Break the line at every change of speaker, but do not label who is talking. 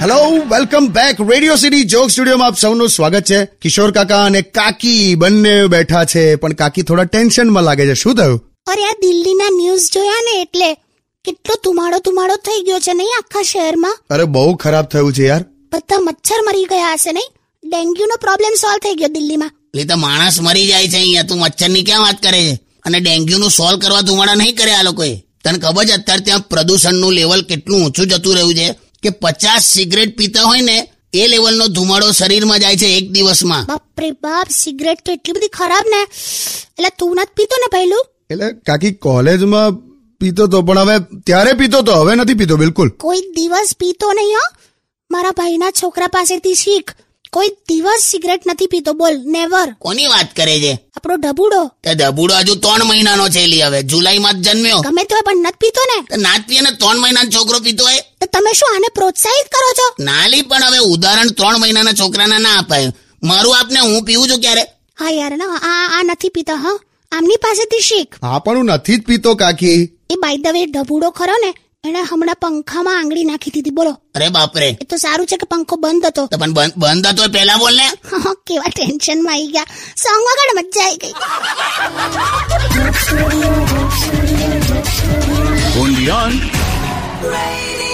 Hello welcome back radio city joke સ્ટુડિયોમાં આપ સૌનું સ્વાગત છે કિશોર કાકા અને કાકી બંને બેઠા છે પણ કાકી થોડા ટેન્શનમાં લાગે છે શું થયું
અરે આ દિલ્હીના ન્યૂઝ જોયા ને એટલે કેટલો ધુમાડો ધુમાડો થઈ ગયો છે નહીં આખા શહેરમાં
અરે બહુ ખરાબ થયું છે યાર
બધા મચ્છર મરી ગયા હશે નહીં ડેન્ગ્યુનો પ્રોબ્લેમ સોલ્વ થઈ ગયો દિલ્હીમાં
એ તો માણસ મરી જાય છે અહીંયા તું મચ્છરની ક્યાં વાત કરે છે અને ડેન્ગ્યુનું સોલ્વ કરવા ધુમાડા નહીં કર્યા આ લોકોએ તને ખબર છે અત્યારે ત્યાં પ્રદૂષણનું લેવલ કેટલું ઊંચું જતું રહ્યું છે કે પચાસ સિગરેટ પીતા હોય ને એ લેવલનો ધુમાડો શરીરમાં જાય છે એક દિવસમાં
બાપરે બાપ સિગરેટ તો એટલી બધી ખરાબ ને એટલે તું નથી પીતો ને પહેલું
એટલે કાકી કોલેજમાં પીતો તો પણ હવે ત્યારે પીતો તો હવે નથી પીતો બિલકુલ
કોઈ દિવસ પીતો નહીં હો મારા ભાઈના છોકરા પાસેથી શીખ કોઈ દિવસ સિગરેટ નથી પીતો બોલ નેવર
કોની વાત કરે છે
આપણો ઢબુડો
તે ધબુડો હજુ ત્રણ મહિનાનો છે એલી હવે જુલાઈમાં જ જન્મ્યો
ગમે તો હોય પણ નથી પીતો ને
તે નાત પીએ ને ત્રણ મહિનાનો છોકરો પીતો હોય
તો તમે શું આને પ્રોત્સાહિત કરો છો
ના લી પણ હવે ઉદાહરણ ત્રણ મહિનાના છોકરાના ના અપાય મારું આપને હું પીવું છું ક્યારે
હા યાર ના આ આ નથી પીતા હા આમની પાસેથી શીખ
હા પણ હું નથી જ પીતો કાકી
એ બાય ધ વે ઢબુડો ખરો ને એણે હમણાં પંખામાં આંગળી નાખી દીધી બોલો
અરે બાપરે
એ તો સારું છે કે પંખો બંધ હતો
તો પણ બંધ- બંધ હતો એ પહેલા બોલ ને
કેવા ટેન્શનમાં આવી ગયા સોંગ વગાડ મજા આવી ગઈ
Undian.
Radio